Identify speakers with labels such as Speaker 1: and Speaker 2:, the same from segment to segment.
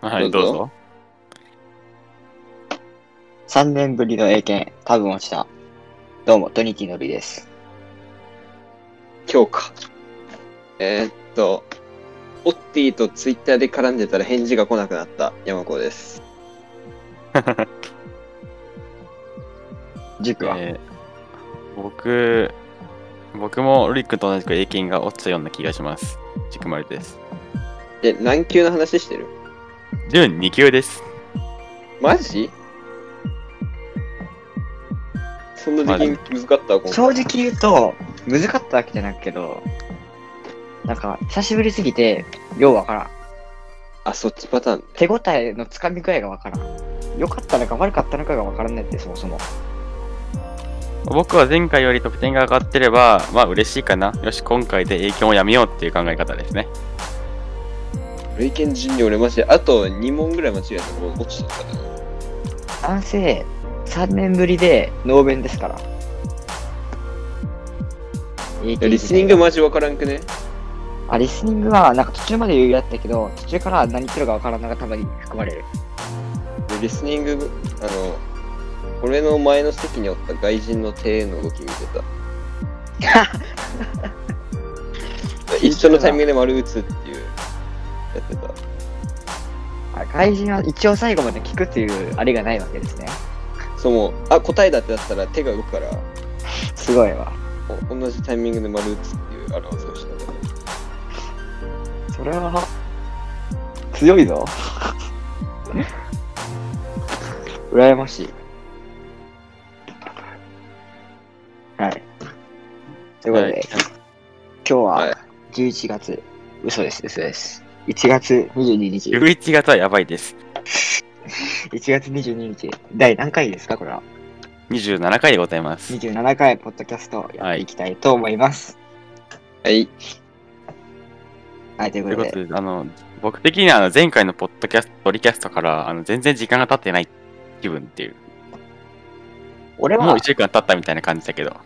Speaker 1: はい、どうぞ。
Speaker 2: 3年ぶりの英検、多分落ちた。どうも、トニティのりです。
Speaker 3: 今日か。えーっと、オッティとツイッターで絡んでたら返事が来なくなった山子です。
Speaker 2: 塾は、
Speaker 1: えー僕、僕もリックと同じく英検が落ちたような気がします。ジクマルです。
Speaker 3: え、何級の話してる
Speaker 1: 準2級です。
Speaker 3: マジそんな時期難かったわ、今回
Speaker 2: 正直言うと、難かったわけじゃなくけど、なんか、久しぶりすぎて、ようわからん。
Speaker 3: あ、そっちパターン。
Speaker 2: 手応えのつかみ具合がわからん。良かったのか悪かったのかがわからないって、そもそも。
Speaker 1: 僕は前回より得点が上がってれば、まあ嬉しいかな。よし、今回で英検をやめようっていう考え方ですね。
Speaker 3: 累計順に俺マジで、あと2問ぐらい間違えたら落ちちゃったから。
Speaker 2: 男性、3年ぶりで、能弁ですから。英
Speaker 3: いや
Speaker 2: 検
Speaker 3: リスニングマジわからんくね
Speaker 2: あ、リスニングは、なんか途中まで余裕だったけど、途中から何言ってるかわからんのがたまに含まれる。
Speaker 3: でリスニング、あの、俺の前の席におった外人の庭園の動き見て た。一緒のタイミングで丸打つっていう、やってた。
Speaker 2: あ外人は一応最後まで聞くっていうあれがないわけですね。
Speaker 3: そうもう、あ、答えだってなったら手が動くから、
Speaker 2: すごいわ。
Speaker 3: お同じタイミングで丸打つっていう表せをしてた。
Speaker 2: それは、強いぞ。 羨ましい。はい。ということで、
Speaker 1: はい
Speaker 2: 今日
Speaker 3: はい
Speaker 2: は11月、嘘です、嘘です。1月22日。1
Speaker 1: 11月はやばいです。
Speaker 2: 月22日。第何回ですか、これは。
Speaker 1: 27回でございます。
Speaker 2: 27回、ポッドキャストやっていきたいと思います。
Speaker 3: はい。
Speaker 2: はい、という
Speaker 1: と
Speaker 2: こ
Speaker 1: いうこ
Speaker 2: とで
Speaker 1: と。で、あの、僕的にはあの前回のポッドキャスト、ポリキャストから、あの、全然時間が経ってない気分っていう。
Speaker 2: 俺
Speaker 1: もう
Speaker 2: は
Speaker 1: 1、週間経ったみたいな感じだけど。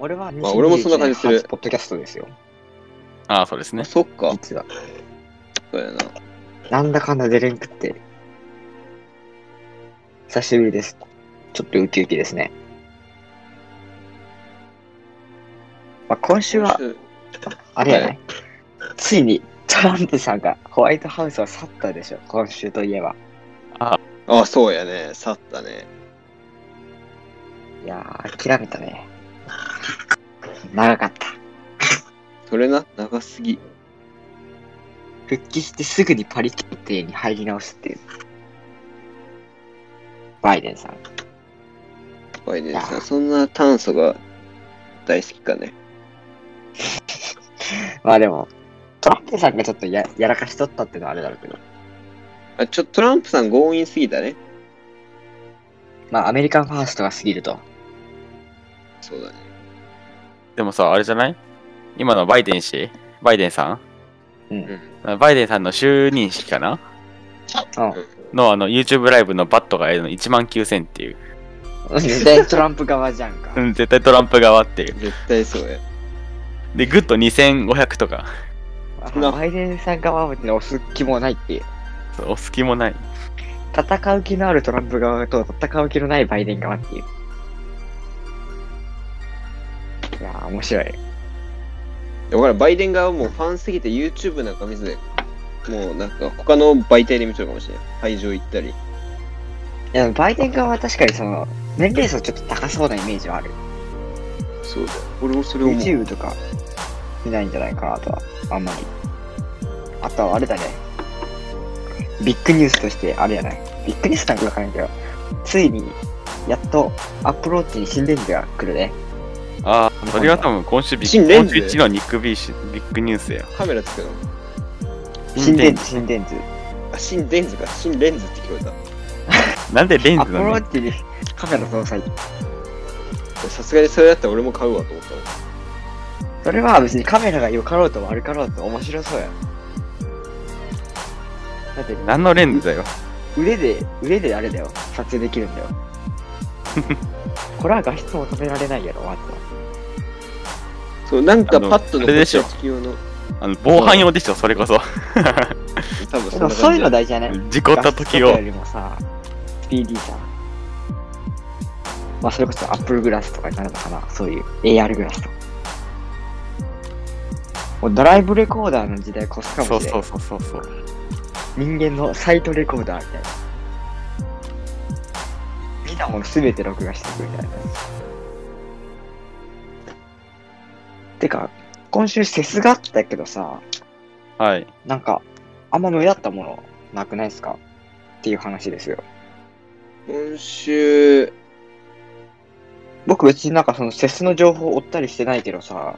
Speaker 2: 俺は、
Speaker 3: まあ俺もそんな感じする
Speaker 2: ポッドキャストですよ、
Speaker 1: ああ、そうですね。
Speaker 3: そっか。
Speaker 2: 実は。
Speaker 3: そうやな。
Speaker 2: なんだかんだ出れんくって。久しぶりです。ちょっとウキウキですね。まあ、今週は、あれや
Speaker 3: は
Speaker 2: ね。ついに、トランプさんがホワイトハウスを去ったでしょ、今週といえば。
Speaker 3: あ、そうやね。去ったね。
Speaker 2: いやー、諦めたね。長かった。
Speaker 3: それな、長すぎ。
Speaker 2: 復帰してすぐにパリ協定に入り直すっていう。バイデンさん。
Speaker 3: バイデン
Speaker 2: いや
Speaker 3: さん、そんな炭素が大好きかね。
Speaker 2: まあでも、トランプさんがちょっとややらかしとったっていうのはあれだろうけど。
Speaker 3: あ、ちょ、トランプさん強引すぎたね。
Speaker 2: まあ、アメリカンファーストが過ぎると。
Speaker 3: そうだね。
Speaker 1: でもさ、あれじゃない今のバイデン氏バイデンさ
Speaker 2: うん。
Speaker 3: うんん。
Speaker 1: んバイデンさんの就任式かな
Speaker 2: うん
Speaker 1: のあの YouTube ライブのバットが1万9000っていう。
Speaker 2: 絶対トランプ側じゃんか
Speaker 1: う。ん絶対トランプ側っていう。
Speaker 3: 絶対そうや。
Speaker 1: で、グッと2500とか。
Speaker 2: あ
Speaker 3: な
Speaker 2: バイデンさん側に押す気もないっていう。
Speaker 1: そうお好きもない。
Speaker 2: 戦う気のあるトランプ側と戦う気のないバイデン側っていう。いやー、面白い。
Speaker 3: いやわからんバイデン側もファンすぎて YouTube なんか見せて、もうなんか他の媒体で見ちゃうかもしれない。会場行ったり。
Speaker 2: いや、バイデン側は確かにその、年齢層ちょっと高そうなイメージはある。
Speaker 3: そうだよ。俺もそれを思う。
Speaker 2: YouTube とか見ないんじゃないかなとは、あんまり。あとはあれだね。ビッグニュースとして、あれやない。ビッグニュースなんかわかんないけど、ついに、やっと、アップローチに新レンズが来るね。
Speaker 1: ああ、それは多分今週ビッ
Speaker 3: 新
Speaker 1: グ、
Speaker 3: レン
Speaker 1: 今
Speaker 3: ズ
Speaker 1: 週1のニックビーシビッグニュースや。
Speaker 3: カメラつけたの。
Speaker 2: 新レンズ、
Speaker 1: ズ。
Speaker 2: 新レンズ。
Speaker 3: あ、新レンズか。新レンズって聞こえた。
Speaker 1: なんでレ
Speaker 2: ア
Speaker 1: ン
Speaker 2: ッ
Speaker 1: ズ
Speaker 2: プ
Speaker 1: な
Speaker 2: ロ
Speaker 1: の
Speaker 2: ーチにカメラ搭載。
Speaker 3: さすがにそれだったら俺も買うわと思ったもん
Speaker 2: それは別にカメラが良かろうと悪かろうと面白そうや。だって、
Speaker 1: 何のレンズだよ。
Speaker 2: 腕で、腕であれだよ。撮影できるんだよ。これは画質求められないやろ、まずは。
Speaker 3: そう、なん
Speaker 1: あ
Speaker 3: か
Speaker 1: の
Speaker 3: パッと
Speaker 1: あれ
Speaker 3: 残
Speaker 1: で
Speaker 3: っ
Speaker 1: しょ
Speaker 3: た地球の、
Speaker 1: あの防犯用でしょ、それこそ。
Speaker 3: 多分
Speaker 2: でもそういうの
Speaker 3: だ。
Speaker 2: 大事じゃない
Speaker 1: 事故った時を
Speaker 2: ガスとかよりもさ、スピーディーじゃん。まあ、それこそ Apple グラスとかになるのかなそういう AR グラスとか。もうドライブレコーダーの時代越すかもし
Speaker 1: そ
Speaker 2: れな
Speaker 1: う
Speaker 2: い。
Speaker 1: そうそうそうそう
Speaker 2: 人間のサイトレコーダーみたいな。見たものすべて録画してくみたいな。てか、今週セスがあったけどさ、
Speaker 1: はい
Speaker 2: なんか、あんま目立ったものなくないですかっていう話ですよ。
Speaker 3: 今週、
Speaker 2: 僕別になんかそのセスの情報追ったりしてないけどさ、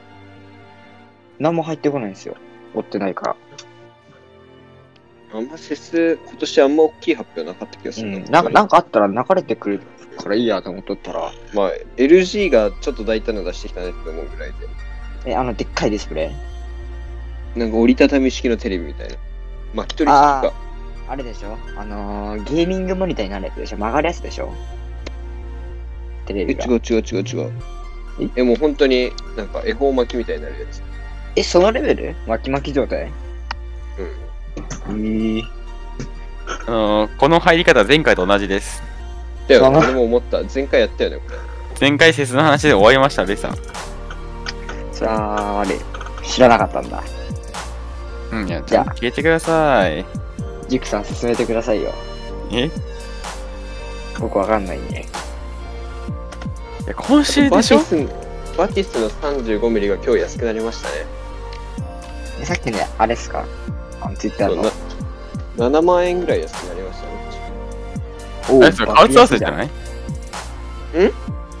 Speaker 2: 何も入ってこないんですよ。追ってないから。
Speaker 3: あんまセス、今年あんま大きい発表なかった気がす
Speaker 2: う
Speaker 3: る
Speaker 2: ん。なんか、なんかあったら流れてくるからいいやと思っとったら、
Speaker 3: まあ、LG がちょっと大胆なの出してきたねって思うぐらいで。
Speaker 2: え、あの、でっかいディスプレイ
Speaker 3: なんか折りたたみ式のテレビみたいな。巻き取り式
Speaker 2: あー
Speaker 3: か。
Speaker 2: あれでしょあのー、ゲーミングモニターになるやつでしょ曲がるやつでしょテレ
Speaker 3: え
Speaker 2: ビが
Speaker 3: 違。う違う違う違う。え、もう本当になんか恵方巻きみたいになるやつ。
Speaker 2: え、そのレベル巻き巻き状態えー、
Speaker 1: あのーこの入り方前回と同じです
Speaker 3: だよね、
Speaker 2: あー
Speaker 3: 俺も思った。前回やったよね、これ。
Speaker 1: 前回説の話で終わりましたベイさん
Speaker 2: それは、あれ、知らなかったんだ。
Speaker 1: うんいや
Speaker 2: じ
Speaker 1: じ
Speaker 2: ゃ
Speaker 1: ゃ
Speaker 2: あ
Speaker 1: あ消えてください
Speaker 2: ジュクさん進めてくださいよ。
Speaker 1: えい
Speaker 2: 僕わかんないんで。
Speaker 1: や今週
Speaker 3: バ
Speaker 1: で
Speaker 3: テ
Speaker 1: しょ
Speaker 3: ィス、バティスの35ミリが今日安くなりましたね。
Speaker 2: えさっきね、あれっすかあの、ツイッタ
Speaker 3: そ
Speaker 2: ー
Speaker 3: う
Speaker 2: の。
Speaker 3: な7万円ぐらい安くなりましたね。
Speaker 2: お
Speaker 1: えそれカウツ合わせじゃないいん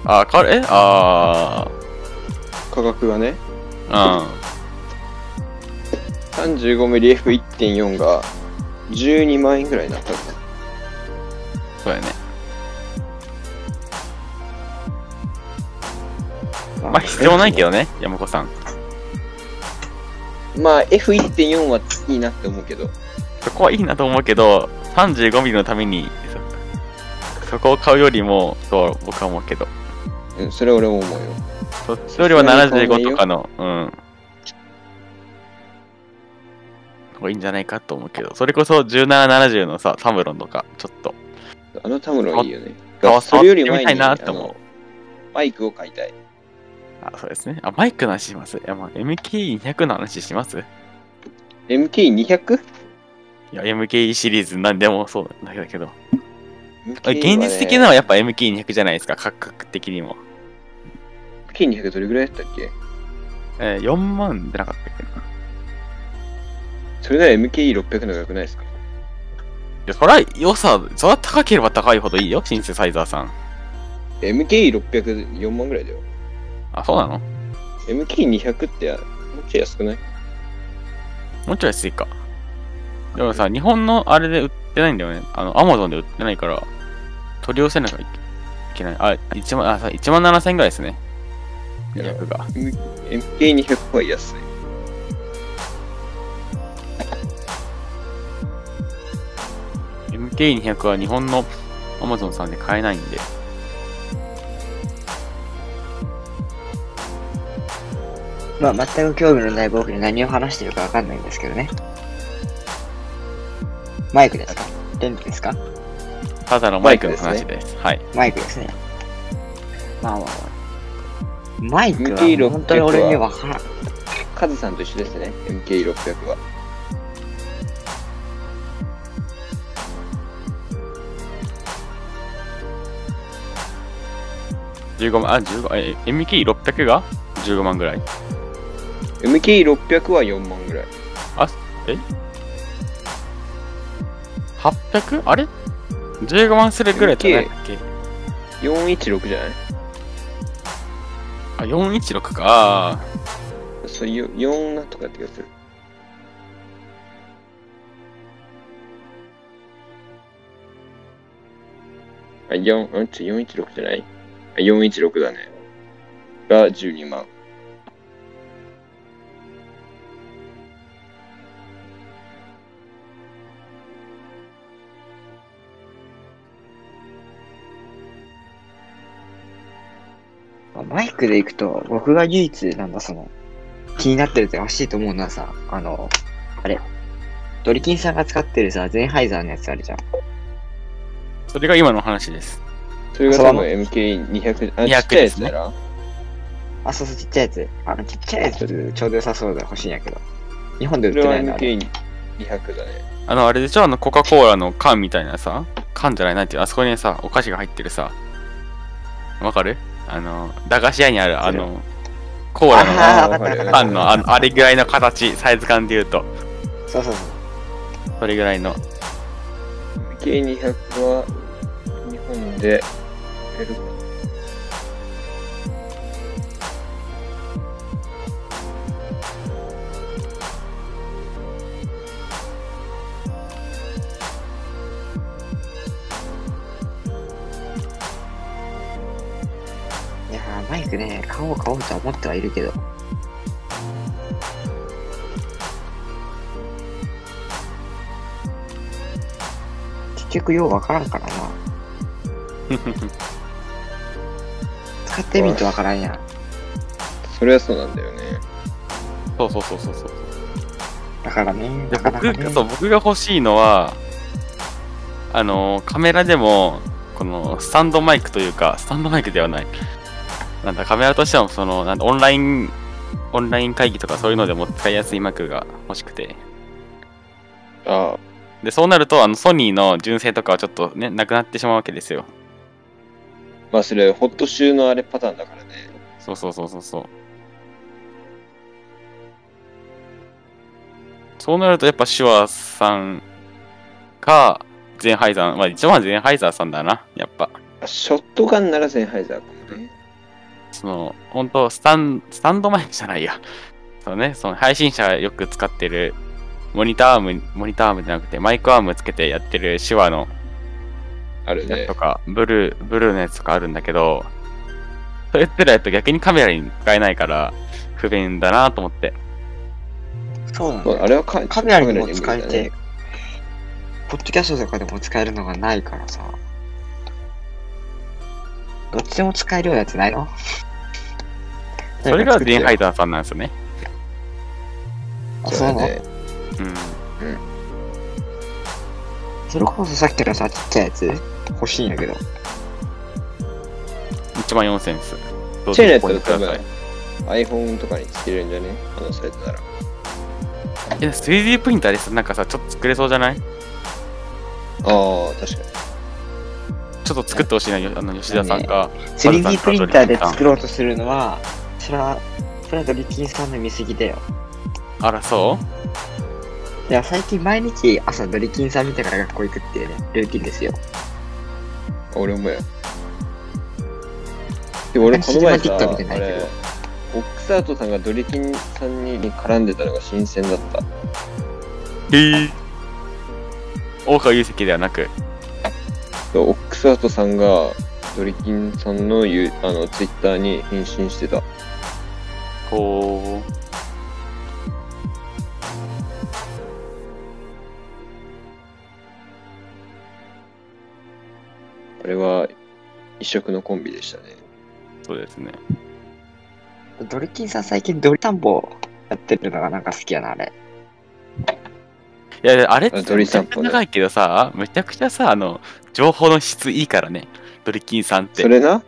Speaker 1: あかえあ
Speaker 3: 価格がね。
Speaker 1: あ
Speaker 3: 35ミリ F1.4 が12万円ぐらいになったんだ。
Speaker 1: うんそうやねまあ必要ないけ
Speaker 2: ど。
Speaker 1: どね山子さん
Speaker 3: まあ F1.4 はいいなって思うけど。
Speaker 1: そこはいいなと思うけど 35mm のためにそそこを買うよりもと僕は思うけど
Speaker 3: うん、それは俺も思うよ。
Speaker 1: そっちよりは75とかの、うん。方がいいんじゃないかと思うけど、それこそ1770のさ、サムロンとか、ちょっと。
Speaker 3: あのタムロンいいよね。
Speaker 1: ああ
Speaker 3: それより前
Speaker 1: 触って
Speaker 3: に
Speaker 1: みたいなって思う
Speaker 3: あのバイクを買いたい。
Speaker 1: あ、そうですね。あ、マイクの話しますいや、まあ、MK200 の話します
Speaker 3: MK200?
Speaker 1: いや、MK シリーズなんでもそうなんだけど。
Speaker 3: MK
Speaker 1: 現実的なのはやっぱ MK200 じゃないですか、価格的にも。
Speaker 3: MK200 どれぐらいだったっけ
Speaker 1: えー4万じゃなかったっけな。い
Speaker 3: それなら MKE600 の方が良くないですか
Speaker 1: や、そら良さ、そら高ければ高いほどいいよ、シンセサイザーさん。
Speaker 3: ?MKE600、4万ぐらいだよ。
Speaker 1: あ、そうなの
Speaker 3: MK200 って、もうちょい安くない
Speaker 1: もうちょい安いか。でもさ、日本のあれで売ってないんだよね。あの、アマゾンで売ってないから、取り寄せなきゃいけない。あ、1万、あ、さ1万7000円ぐらいですね。200が。
Speaker 3: MK200 は安い。
Speaker 1: MK200 は日本のアマゾンさんで買えないんで。
Speaker 2: まあ、全く興味のない僕に何を話してるかわかんないんですけどね。マイクですか電気ですか
Speaker 1: ただのマイクの話です。はい。
Speaker 2: マイクですね。まあまあまあ。マイク
Speaker 3: MK600
Speaker 2: は
Speaker 3: は
Speaker 2: 本当に俺には分からん。
Speaker 3: カズさんと一緒ですね、MK600 は。
Speaker 1: 15万、あ、15、え、MK600 が15万ぐらい。
Speaker 3: MK600 は4万ぐらい。
Speaker 1: 800? あれ ?15 万するぐらいじゃないっけ
Speaker 3: 416じゃない
Speaker 1: あ、416か。
Speaker 3: そういう、4なんとかって気がする。あ、4、うん、ちょ、416じゃないあ、416だね。が12万。
Speaker 2: まあマイクで行くと、僕が唯一、なんだ、その、気になってるって欲しいと思うのはさ、あの、あれ、ドリキンさんが使ってるさ、ゼンハイザーのやつあるじゃん。
Speaker 1: それが今の話です。
Speaker 3: それが多分 MK200、あ、ちっちゃいやつだな。
Speaker 2: あ、そうそう、ちっちゃいやつ。あの、ちっちゃいやつ、ちょうど良さそうだ、欲しいんやけど。日本で売
Speaker 3: それ
Speaker 2: って
Speaker 3: は
Speaker 2: ないのあれ
Speaker 3: MK200 だね。
Speaker 1: あの、あれでしょあの、コカ・コーラの缶みたいなさ、缶じゃないなんていう、あそこにさ、お菓子が入ってるさ、わかるあの、駄菓子屋にある、あの、コーラの
Speaker 2: あー、
Speaker 3: わ
Speaker 2: わか
Speaker 3: か
Speaker 2: った
Speaker 3: る
Speaker 2: わかった。
Speaker 1: あの、あのあれぐらいの形、サイズ感で言うと、
Speaker 2: そうそうそう。
Speaker 1: それぐらいの。
Speaker 3: MK200 は日本で買えるかな
Speaker 2: いやー、マイクね、買おう買おうとは思ってはいるけど。結局ようわからんからな。使ってみんとわからんやん。
Speaker 3: それはそうなんだよね。
Speaker 1: そうそうそうそうそう。
Speaker 2: だからね、
Speaker 1: で
Speaker 2: なかなかね
Speaker 1: 僕。そう僕が欲しいのはあのカメラでもこのスタンドマイクというかスタンドマイクではないなんだカメラとしてもそのなんだオンラインオンライン会議とかそういうのでも使いやすいマイクが欲しくて
Speaker 3: ああ、
Speaker 1: でそうなるとあのソニーの純正とかはちょっとねなくなってしまうわけですよ
Speaker 3: まあそれ、ホット集のあれパターンだからね。
Speaker 1: そうそうそうそうそうそうなるとやっぱシュワさんかゼンハイザーまあ一番はゼンハイザーさんだなやっぱ
Speaker 3: あショットガンならゼンハイザーかもね。
Speaker 1: その、本当スタン、スタンドマイクじゃないや。そうね、その配信者がよく使ってる、モニターアーム、モニターアームじゃなくて、マイクアームつけてやってる手話の
Speaker 3: ある
Speaker 1: やつ
Speaker 3: ね
Speaker 1: と。か、ブルー、ブルーのやつとかあるんだけど、それってらやっぱ逆にカメラに使えないから、不便だなと思って。
Speaker 2: そうなんだ
Speaker 3: そう
Speaker 2: よ
Speaker 3: あれはカ
Speaker 2: カメラにも使え
Speaker 3: カメラに
Speaker 2: て
Speaker 3: も、
Speaker 2: ポッドキャストとかでも使えるのがないからさ。どっちでも使えるようなやつないの
Speaker 1: それがデンハイ
Speaker 2: ト。
Speaker 1: ザーさんなんですよね。
Speaker 2: あ、
Speaker 3: 使
Speaker 2: そう
Speaker 3: え
Speaker 2: な
Speaker 3: て
Speaker 2: の
Speaker 3: ね
Speaker 1: うん。
Speaker 2: それこそさっきのさ、ちっちゃいやつ欲しいんやけど。
Speaker 1: 1万4000です。どうぞ
Speaker 3: チェーンやった
Speaker 1: ご購入
Speaker 3: ら
Speaker 1: く
Speaker 3: 多
Speaker 1: ださ
Speaker 3: 分
Speaker 1: い
Speaker 3: iPhone とかにつけるんじゃねあのサイトなら。
Speaker 1: え、3D プリンターです。なんかさ、ちょっと作れそうじゃないちょ
Speaker 3: ああ、確かに。
Speaker 1: っと作ってほしいな、よあの吉田さんが。
Speaker 2: 3D プリンターで作ろうとするのは、それは、それはドリキンさんの見過ぎだよ。
Speaker 1: あら、そう
Speaker 2: いや、最近毎日朝ドリキンさん見てから学校行くっていうね、ルーティンですよ。
Speaker 3: 俺もや。でも俺この前さ、
Speaker 2: シネマティックは見
Speaker 3: あ
Speaker 2: てないけど
Speaker 3: れ、オックスアートさんがドリキンさんに絡んでたのが新鮮だった。
Speaker 1: へえ。大川優関ではなく。
Speaker 3: そうオックスアートさんがドリキンさんのゆあのツイッターに返信してた。
Speaker 1: ほ
Speaker 3: あれは異色のコンビでしたね。
Speaker 1: う、そうですね。
Speaker 2: ドリキンさん最近ドリタンボやってるのがなんか好きやな、あれ。
Speaker 1: いやいや、あれって
Speaker 3: あドリ
Speaker 1: めちゃ
Speaker 3: 散
Speaker 1: くちゃ
Speaker 3: 歩ね
Speaker 1: 長いけどさ、めちゃくちゃさ、あの、情報の質いいからね。ドリキンさんって
Speaker 3: そ。れな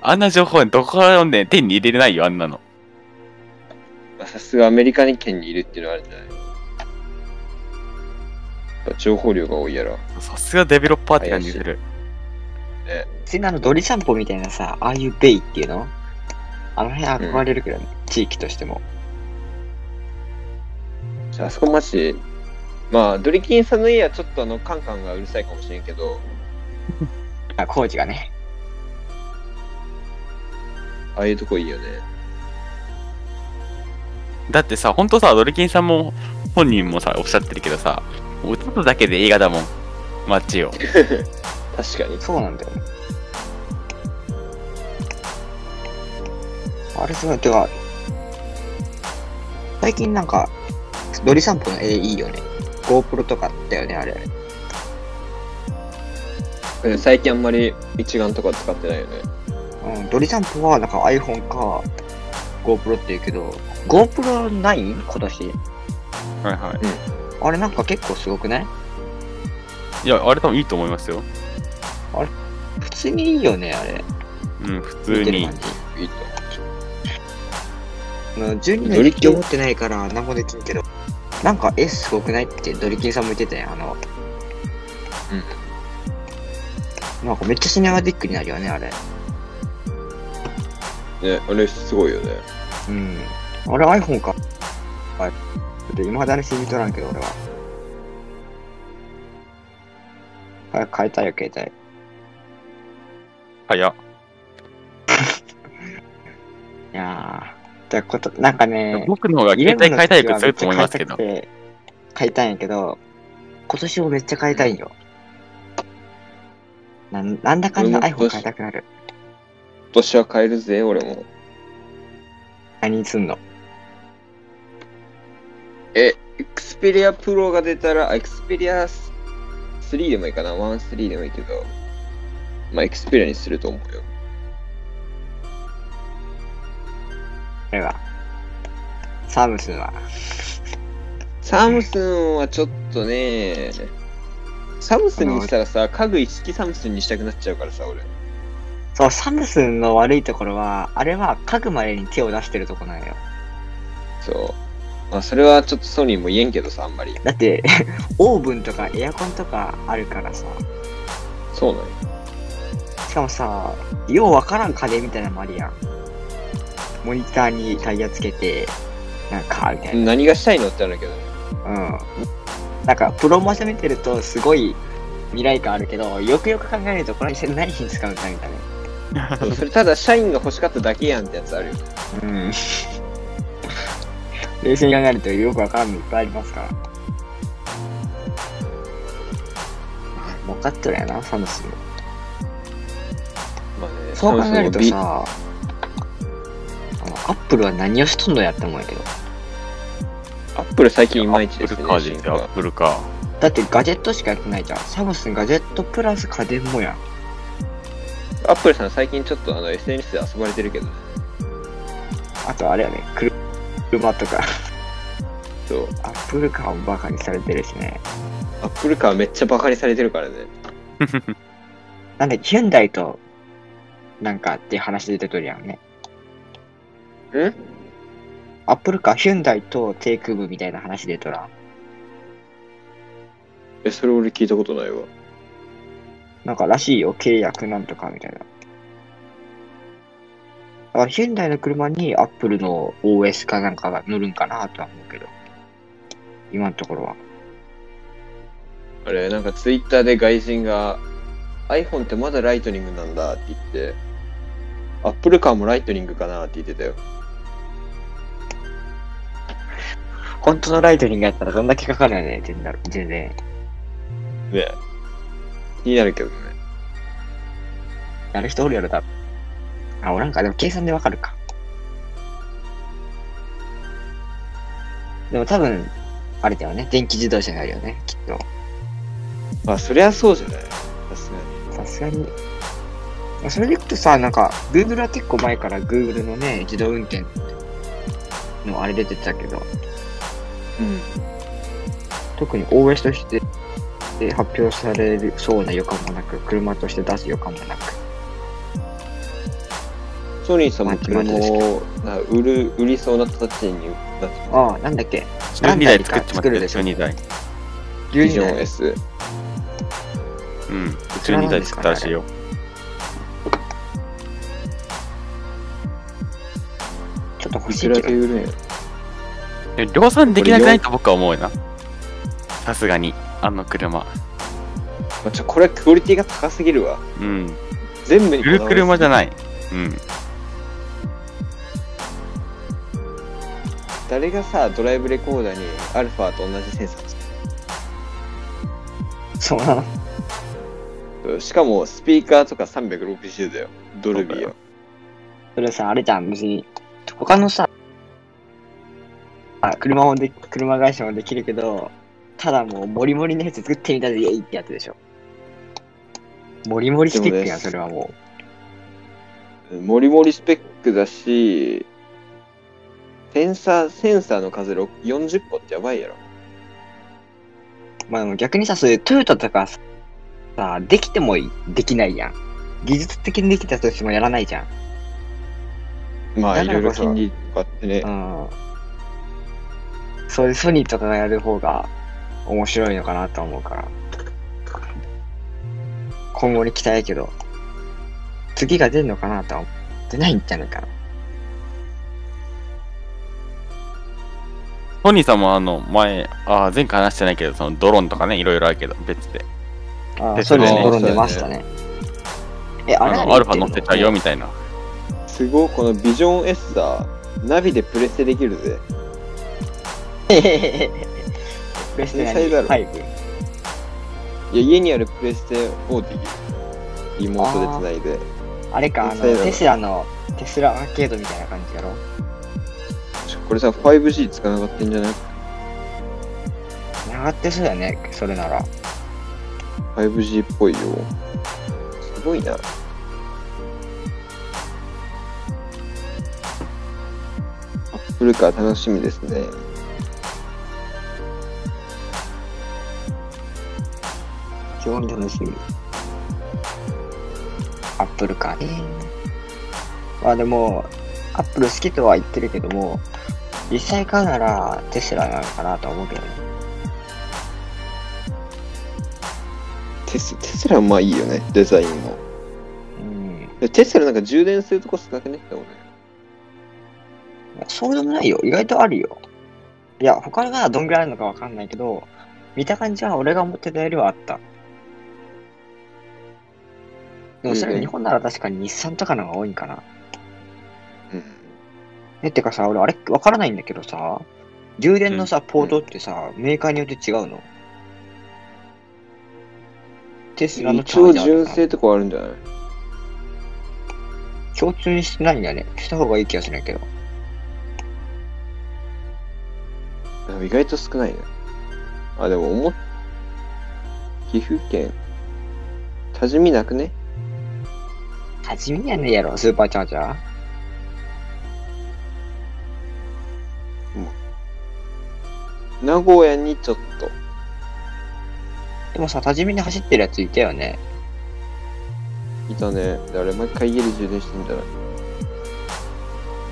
Speaker 1: あんな情報どこから読んで手に入れれないよ、あんなの。
Speaker 3: まあさすがアメリカに県にいるっていうのはあるんじゃないやっぱ情報量が多いやろ。
Speaker 1: さすがデベロッパーって感じする。
Speaker 2: 次のあのドリ散歩みたいなさ、ああいうベイっていうのあの辺憧れるけどね、地域としても。
Speaker 3: じゃああそこマジまあドリキンさんの家はちょっとあのカンカンがうるさいかもしれんけど
Speaker 2: あ、工事がね。
Speaker 3: ああいうとこいいよね
Speaker 1: だってさ、ほんとさ、ドリキンさんも、本人もさ、おっしゃってるけどさ、もう歌っただけで映画だもん。街を。
Speaker 3: 確かに
Speaker 2: そうなんだよね。あれすごい、てか、最近なんか、ドリ散歩の絵いいよね。GoPro とかだよね、あれ。
Speaker 3: うん最近あんまり一眼とか使ってないよね
Speaker 2: うん、ドリ散歩はなんか iPhone か GoPro って言うけど、GoPro ない今年。
Speaker 1: はいは
Speaker 2: あれなんか結構すごくない
Speaker 1: い。いや、あれ多分いいと思いますよ。
Speaker 2: 普通にいいよね、あれ。
Speaker 1: うん、普
Speaker 2: 見
Speaker 1: 通
Speaker 2: てる
Speaker 1: に
Speaker 2: 感。じ。
Speaker 3: いいと思
Speaker 2: あの12の実況持ってないから何もできんけど、なんか絵すごくないってドリキンさんも言ってたやん、あの。うん。なんかめっちゃシネマティックになるよね、あれ。
Speaker 3: う。ね、あれすごいよね。
Speaker 2: うん。あれ iPhone か。はい。ちょっと今まであれ信じとらんけど、俺は。早く変えたいよ、携帯。
Speaker 1: 早っ。
Speaker 2: いやー。ってこと、なんかね、
Speaker 1: 僕の方が携帯変えたいよ、ずっと思いますけど。
Speaker 2: 買いたいんやけど、今年もめっちゃ買いたいんよ。なんなんだかんだ
Speaker 3: 俺も
Speaker 2: iPhone 買いたくなる。
Speaker 3: 今年は買えるぜ、俺も。
Speaker 2: 何にすんの
Speaker 3: え、Xperia Pro が出たら、あ Xperia 3でもいいかな、13でもいいけど、まあ、Xperia にすると思うよ。
Speaker 2: これは。サムスンは。
Speaker 3: サムスンはちょっとね、サムスンにしたらさ、家具一式サムスンにしたくなっちゃうからさ、俺。
Speaker 2: そう、サムスンの悪いところは、あれは家具までに手を出してるとこなんよ。
Speaker 3: そう。まあ、それはちょっとソニーも言えんけどさ、あんまり。
Speaker 2: だって、 オーブンとかエアコンとかあるからさ。
Speaker 3: そうなの
Speaker 2: しかもさ、ようわからん家電みたいなのもあるやん。モニターにタイヤつけて、なんか、みたいな。
Speaker 3: よ。何がしたいのってあるけどね。
Speaker 2: うん。なんか、プロモーション見てると、すごい未来感あるけど、よくよく考えると、この店何に使うんだみたい
Speaker 3: そうそれただ社員が欲しかっただけやんってやつあるよ。
Speaker 2: なね。 うん。冷静に考えると、よくわからんのいっぱいありますから。分かってるやな、サムスン。
Speaker 3: まあね、
Speaker 2: そう考える
Speaker 3: サ
Speaker 2: と
Speaker 3: ムスンも
Speaker 2: さ、あの、アップルは何をしとんのやって思うんやけど。
Speaker 3: ビ、アップル最近い
Speaker 1: ア
Speaker 3: ま
Speaker 1: ッ
Speaker 3: いち
Speaker 1: プ
Speaker 3: です
Speaker 1: ル
Speaker 3: ね。
Speaker 1: かですよ、アップルか。
Speaker 2: だってガジェットしかやってないじゃん。サムスンガジェットプラス家電もやん。
Speaker 3: アップルさん最近ちょっとあの SNS で遊ばれてるけどね。
Speaker 2: あとあれやね、車車とか。
Speaker 3: そう。
Speaker 2: アップルカーもバカにされてるしね。
Speaker 3: アップルカーめっちゃバカにされてるからね。
Speaker 2: なんで、ヒュンダイと、なんかって話出てくるやんね。
Speaker 3: ん
Speaker 2: アップルカー、ヒュンダイとテイク部みたいな話出とらん。
Speaker 3: え、それ俺聞いたことないわ。
Speaker 2: なんからしいよ、契約なんとかみたいな。だからヒュンダイの車にアップルの OS かなんかが乗るんかなとは思うけど。今のところは。
Speaker 3: あれ、なんかツイッターで外人が iPhone ってまだライトニングなんだって言って、アップルカーもライトニングかなって言ってたよ。
Speaker 2: 本当のライトニングやったらどんだけかかるよね、全然。全然。
Speaker 3: ね気になるけどね。
Speaker 2: やる人おるやろ、だ。あ、おらんか。でも計算でわかるか。でも多分、あれだよね。電気自動車があるよね、きっと。
Speaker 3: まあ、そりゃそうじゃないさすがに。
Speaker 2: さすがに。それでいくとさ、なんか、Google は結構前から Google のね、自動運転のあれ出てたけど、
Speaker 3: うん。
Speaker 2: 特に OS としてで発表されるそうな予感もなく、車として出す予感もなく。
Speaker 3: ソニーさんも車
Speaker 2: まあ車
Speaker 3: をな売る、売りそうな形になって
Speaker 2: ああ、なんだっけ
Speaker 1: 12台作っちまったよ、12台。
Speaker 3: ビジョン
Speaker 2: 台
Speaker 3: S。
Speaker 1: うん、12台作ったらしいよ。
Speaker 2: ちょっと欲
Speaker 3: い
Speaker 2: しい
Speaker 3: くら
Speaker 2: け
Speaker 3: で
Speaker 2: ど。
Speaker 3: 売るんや
Speaker 1: でも量産できなくないと僕は思うよな。さすがに、あの車。
Speaker 3: まあ、ちょ、これクオリティが高すぎるわ。
Speaker 1: うん。
Speaker 3: 全部に
Speaker 1: 売る車じゃ
Speaker 3: い。
Speaker 1: ない。うん。
Speaker 3: 誰がさ、ドライブレコーダーにアルファと同じセンサーつけ
Speaker 2: そうなの。
Speaker 3: てるしかも、スピーカーとか360だよ。ドルビーよ。
Speaker 2: それさ、あれじゃん、別に、他のさ、あ車もで、車会社もできるけど、ただもう、モリモリのやつ作ってみたで、イエイってやつでしょ。モリモリスティックやん、
Speaker 3: そ
Speaker 2: そ
Speaker 3: です
Speaker 2: うれはもう。
Speaker 3: モリモリスペックだし、センサー、センサーの数ろく40個ってやばいやろ。
Speaker 2: まあでも逆にさ、そういうトヨタとかさ、さできてもできないやん。技術的にできたとしてもやらないじゃん。
Speaker 3: まあ、
Speaker 2: だ
Speaker 3: い
Speaker 2: か
Speaker 3: ろ
Speaker 2: ら
Speaker 3: いろ
Speaker 2: こそ
Speaker 3: 金利とかってね
Speaker 2: う。ん。そういうソニーとかがやる方が面白いのかなと思うから。今後に期待やけど、次が出るのかなとは思ってないんじゃないかな。
Speaker 1: ソニーさんもあの、前、あー前回話してないけど、そのドローンとかね、いろいろあるけど、別で。
Speaker 2: あ
Speaker 1: で
Speaker 2: あ、それ
Speaker 1: そうね
Speaker 2: も転んでましたね。え、あ
Speaker 1: あ
Speaker 2: れ
Speaker 1: の、アルファ乗ってちゃうよ、みたいな。
Speaker 3: すごい、このビジョン S さ、ナビでプレステできるぜ。
Speaker 2: えへへへ。プレステ
Speaker 3: 天才だろ
Speaker 2: 5。
Speaker 3: いや、家にあるプレステ4できる。リモートで繋いで。
Speaker 2: あれか、あの、
Speaker 3: 天才だろ
Speaker 2: テスラの、テスラアーケードみたいな感じやろ。
Speaker 3: これさ、5G つかなかったんじゃない
Speaker 2: 繋がってそうだよね、それなら。
Speaker 3: 5G っぽいよ。すごいな。アップルカー楽しみですね。
Speaker 2: 非常に楽しみ。アップルかね。まあでも、アップル好きとは言ってるけども、実際買うならテスラなのかなとは思うけどね。
Speaker 3: テステスラはまあいいよね、デザインも。
Speaker 2: うん。
Speaker 3: でテスラなんか充電するとこ少なくねでもね。
Speaker 2: そうでもないよ。意外とあるよ。いや、他がどんぐらいあるのかわかんないけど、見た感じは俺が思ってたよりはあった。でもそれが日本なら確かに日産とかの方が多いんかな。え、てかさ、俺あれわからないんだけどさ、充電のさ、ポートってさ、メーカーによって違うのテスラの
Speaker 3: 一応
Speaker 2: チャー
Speaker 3: 純
Speaker 2: ジャーとか
Speaker 3: 正とかあるんじゃない
Speaker 2: 共通にしてないんだね。した方がいい気がするんだけど。
Speaker 3: でも意外と少ないね。あ、でも思っ、岐阜県、多治見なくね
Speaker 2: 初めやねえやろ、スーパーチャージャー。
Speaker 3: 名古屋にちょっと。
Speaker 2: でもさ、多治見に走ってるやついたよね。
Speaker 3: いたね。であれ、毎回家で充電してんじゃない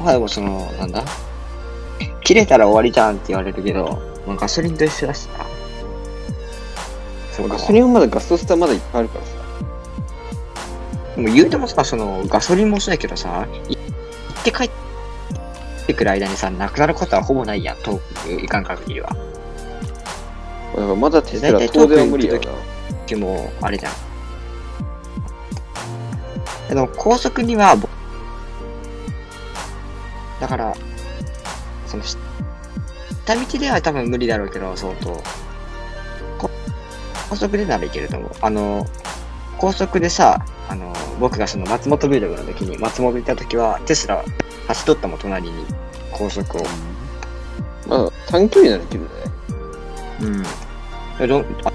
Speaker 2: まあでもその、なんだ切れたら終わりじゃんって言われるけど、まあ、ガソリンと一緒だしな。そうか
Speaker 3: ガ。ソリンはまだガソスタまだいっぱいあるからさ。
Speaker 2: でも言うてもさ、その、ガソリンもそうやけどさ、い行って帰ってくる間にさ、なくなることはほぼないやん、遠く行かん限りは。
Speaker 3: だからまだテスラ
Speaker 2: 大体
Speaker 3: 東電は無理や
Speaker 2: 遠く
Speaker 3: な。
Speaker 2: でも、あれじゃん。でも、高速には、ぼだから、その、し下道では多分無理だろうけど、相当。こ高速でならいけると思う。あの、高速でさ、あの、僕がその松本ビルドの時に、松本行った時は、テスラ走っとったもん、隣に、高速を。
Speaker 3: まあ、短距離ならいけるね。
Speaker 2: うん。え、どん、あ、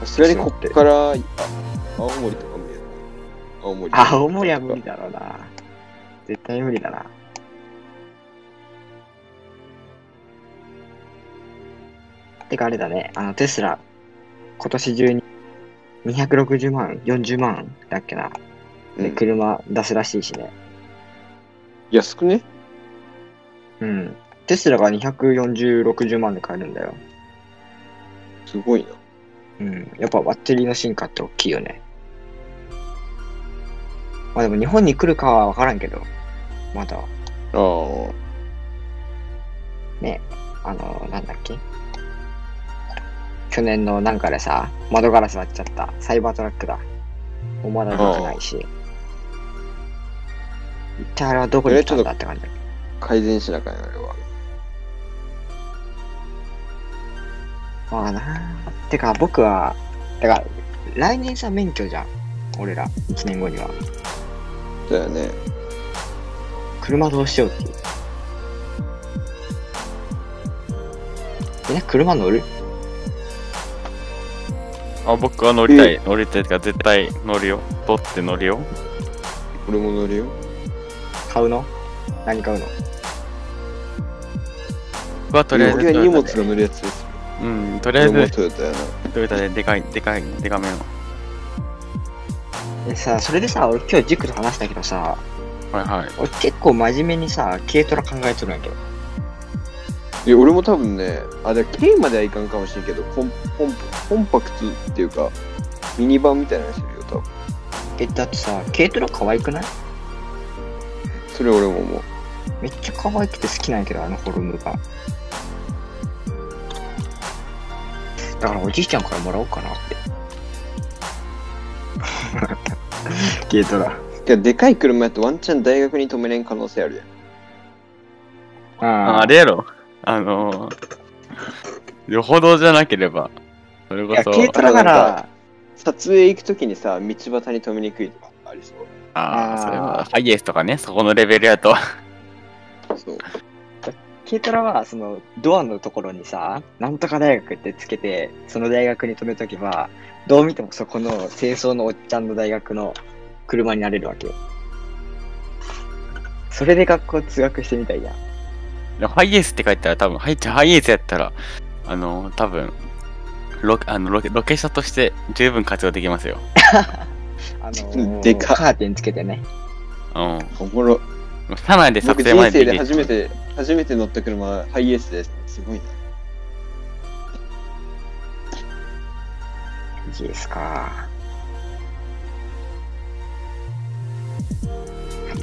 Speaker 3: さすがにこっから、あ青森とか見える。青森。
Speaker 2: 青森は無理だろうな。絶対無理だな。てかあれだね、あのテスラ、今年中に260万、40万だっけな。
Speaker 3: うん
Speaker 2: で、車出すらしいしね。
Speaker 3: 安くね
Speaker 2: うん。テスラが240、60万で買えるんだよ。
Speaker 3: すごいな。
Speaker 2: うん。やっぱバッテリーの進化って大きいよね。まあでも日本に来るかは分からんけど、まだ。
Speaker 3: ああ。
Speaker 2: あの、なんだっけ去年のなんかでさ、窓ガラス割っちゃった、サイバートラックだ。もうまだ動かないし。一体あれはどこに行ったんだって感じ。
Speaker 3: 改善しなあかんやあれは。
Speaker 2: まあなてか僕は、だから、来年さ、免許じゃん。俺ら、1年後には。
Speaker 3: そうやね。
Speaker 2: 車どうしようっていう。みんな車乗る
Speaker 1: あ、僕は乗りたい。乗りたいってか、絶対乗るよ。取って乗るよ。
Speaker 3: 俺も乗るよ。
Speaker 2: 買うの何買うの
Speaker 1: 僕はとりあえず
Speaker 3: 俺は荷物
Speaker 1: ト
Speaker 3: が
Speaker 1: ヨ
Speaker 3: 乗るやつです。
Speaker 1: タでうん、とりあ
Speaker 3: 俺
Speaker 1: え
Speaker 3: も
Speaker 1: ず
Speaker 3: トヨタやな。
Speaker 1: トヨタででかい、でかい、でかめの。
Speaker 2: えさ、それでさ、俺今日塾と話したけどさ、
Speaker 1: はいはい。
Speaker 2: 俺結構真面目にさ、軽トラ考えとるんやけど。
Speaker 3: いや俺も多分ね、あ、で、K まではいかんかもしれんけど、コンコンコンパクトっていうか、ミニバンみたいなのしてるよ、多分。
Speaker 2: え、だってさ、軽トラ可愛くない
Speaker 3: それ俺も思う。
Speaker 2: めっちゃ可愛くて好きなんやけど、あのフォルムが。だからおじいちゃんからもらおうかな って。軽トラ。
Speaker 3: いや、でかい車やとワンチャン大学に止めれん可能性あるやん。
Speaker 2: あ
Speaker 1: あ
Speaker 2: あ
Speaker 1: あれやろあのー、よほどじゃなければ、それ
Speaker 2: い
Speaker 1: こ
Speaker 2: や、
Speaker 1: そ、
Speaker 2: 軽トラなら、
Speaker 3: 撮影行くときにさ、道端に止めにくいとかありそう。
Speaker 1: あ
Speaker 2: あ
Speaker 1: あ、
Speaker 2: ー
Speaker 1: それは、ハイエースとかね、そこのレベルやと。
Speaker 3: そう。
Speaker 2: 軽トラは、その、ドアのところにさ、なんとか大学ってつけて、その大学に止めとけば、どう見てもそこの清掃のおっちゃんの大学の車になれるわけよ。それで学校通学してみたいやん。
Speaker 1: でハイエースって書いたら多分、ハイハイエースやったら、あのー、多分、ロケ、あのロケ、ロケ車として十分活用できますよ。
Speaker 2: あのー
Speaker 3: でかっ
Speaker 2: カーテンつけてね。
Speaker 1: うん。
Speaker 3: おもろ。
Speaker 1: 車内で撮
Speaker 3: 僕
Speaker 1: 影
Speaker 3: 人
Speaker 1: まで
Speaker 3: 生
Speaker 1: で
Speaker 3: で
Speaker 1: きる。
Speaker 3: 初めて、初めて乗った車、ハイエースです。すごいな。
Speaker 2: いいですか。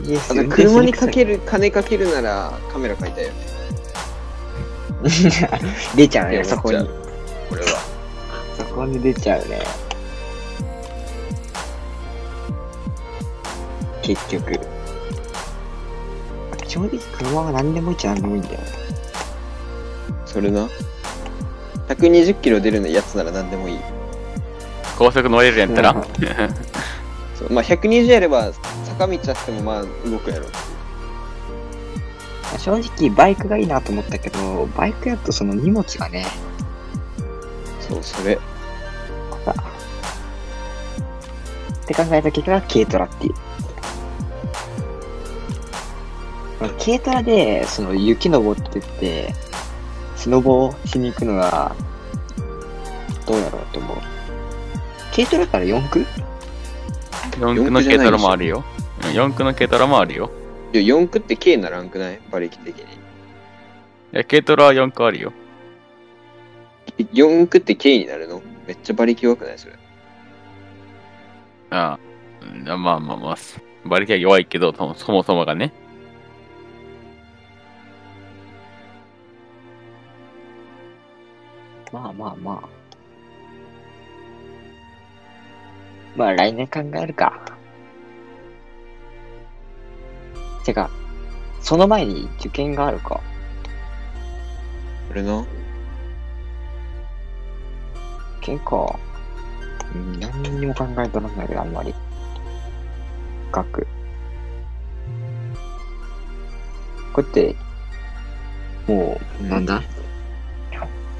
Speaker 2: イエス
Speaker 3: あと車にかける、金かけるならカメラ買いたいよね。
Speaker 2: 出ちゃう
Speaker 3: いや
Speaker 2: ね、そこに
Speaker 3: 思っ。ちゃう俺は。
Speaker 2: そこに出ちゃうね。結局。正直車は何でもいいっちゃ何でもいいんだよ。
Speaker 3: それな。120キロ出るのやつなら何でもいい。
Speaker 1: 高速乗れるやったら、
Speaker 2: うん
Speaker 3: そうまあ120やれば坂道あってもまあ動くやろって
Speaker 2: 正直バイクがいいなと思ったけど、バイクやとその荷物がね、
Speaker 3: いうそうそれ
Speaker 2: って考えた結果が軽トラっていう。まあ軽トラで、その雪登ってって、スノボをしに行くのが、どうやろうと思う。軽トラから4駆
Speaker 1: 四駆の軽トラもあるよ。うん四駆の軽トラもあるよ。
Speaker 3: いや4区って K ならんくない馬力的に
Speaker 1: いや、軽トラは四駆あるよ。
Speaker 3: 4区って K になるのめっちゃ馬力弱くないそれ
Speaker 1: ああ、うんまあまあまあ、馬力は弱いけど、そもそもそもがね。
Speaker 2: まあまあまあ。まあ来年考えるか。てか、その前に受験があるか。
Speaker 3: それな
Speaker 2: 受験か。うん何にも考えとらんないけど、あんまり。学。こうやって、もう、なんだ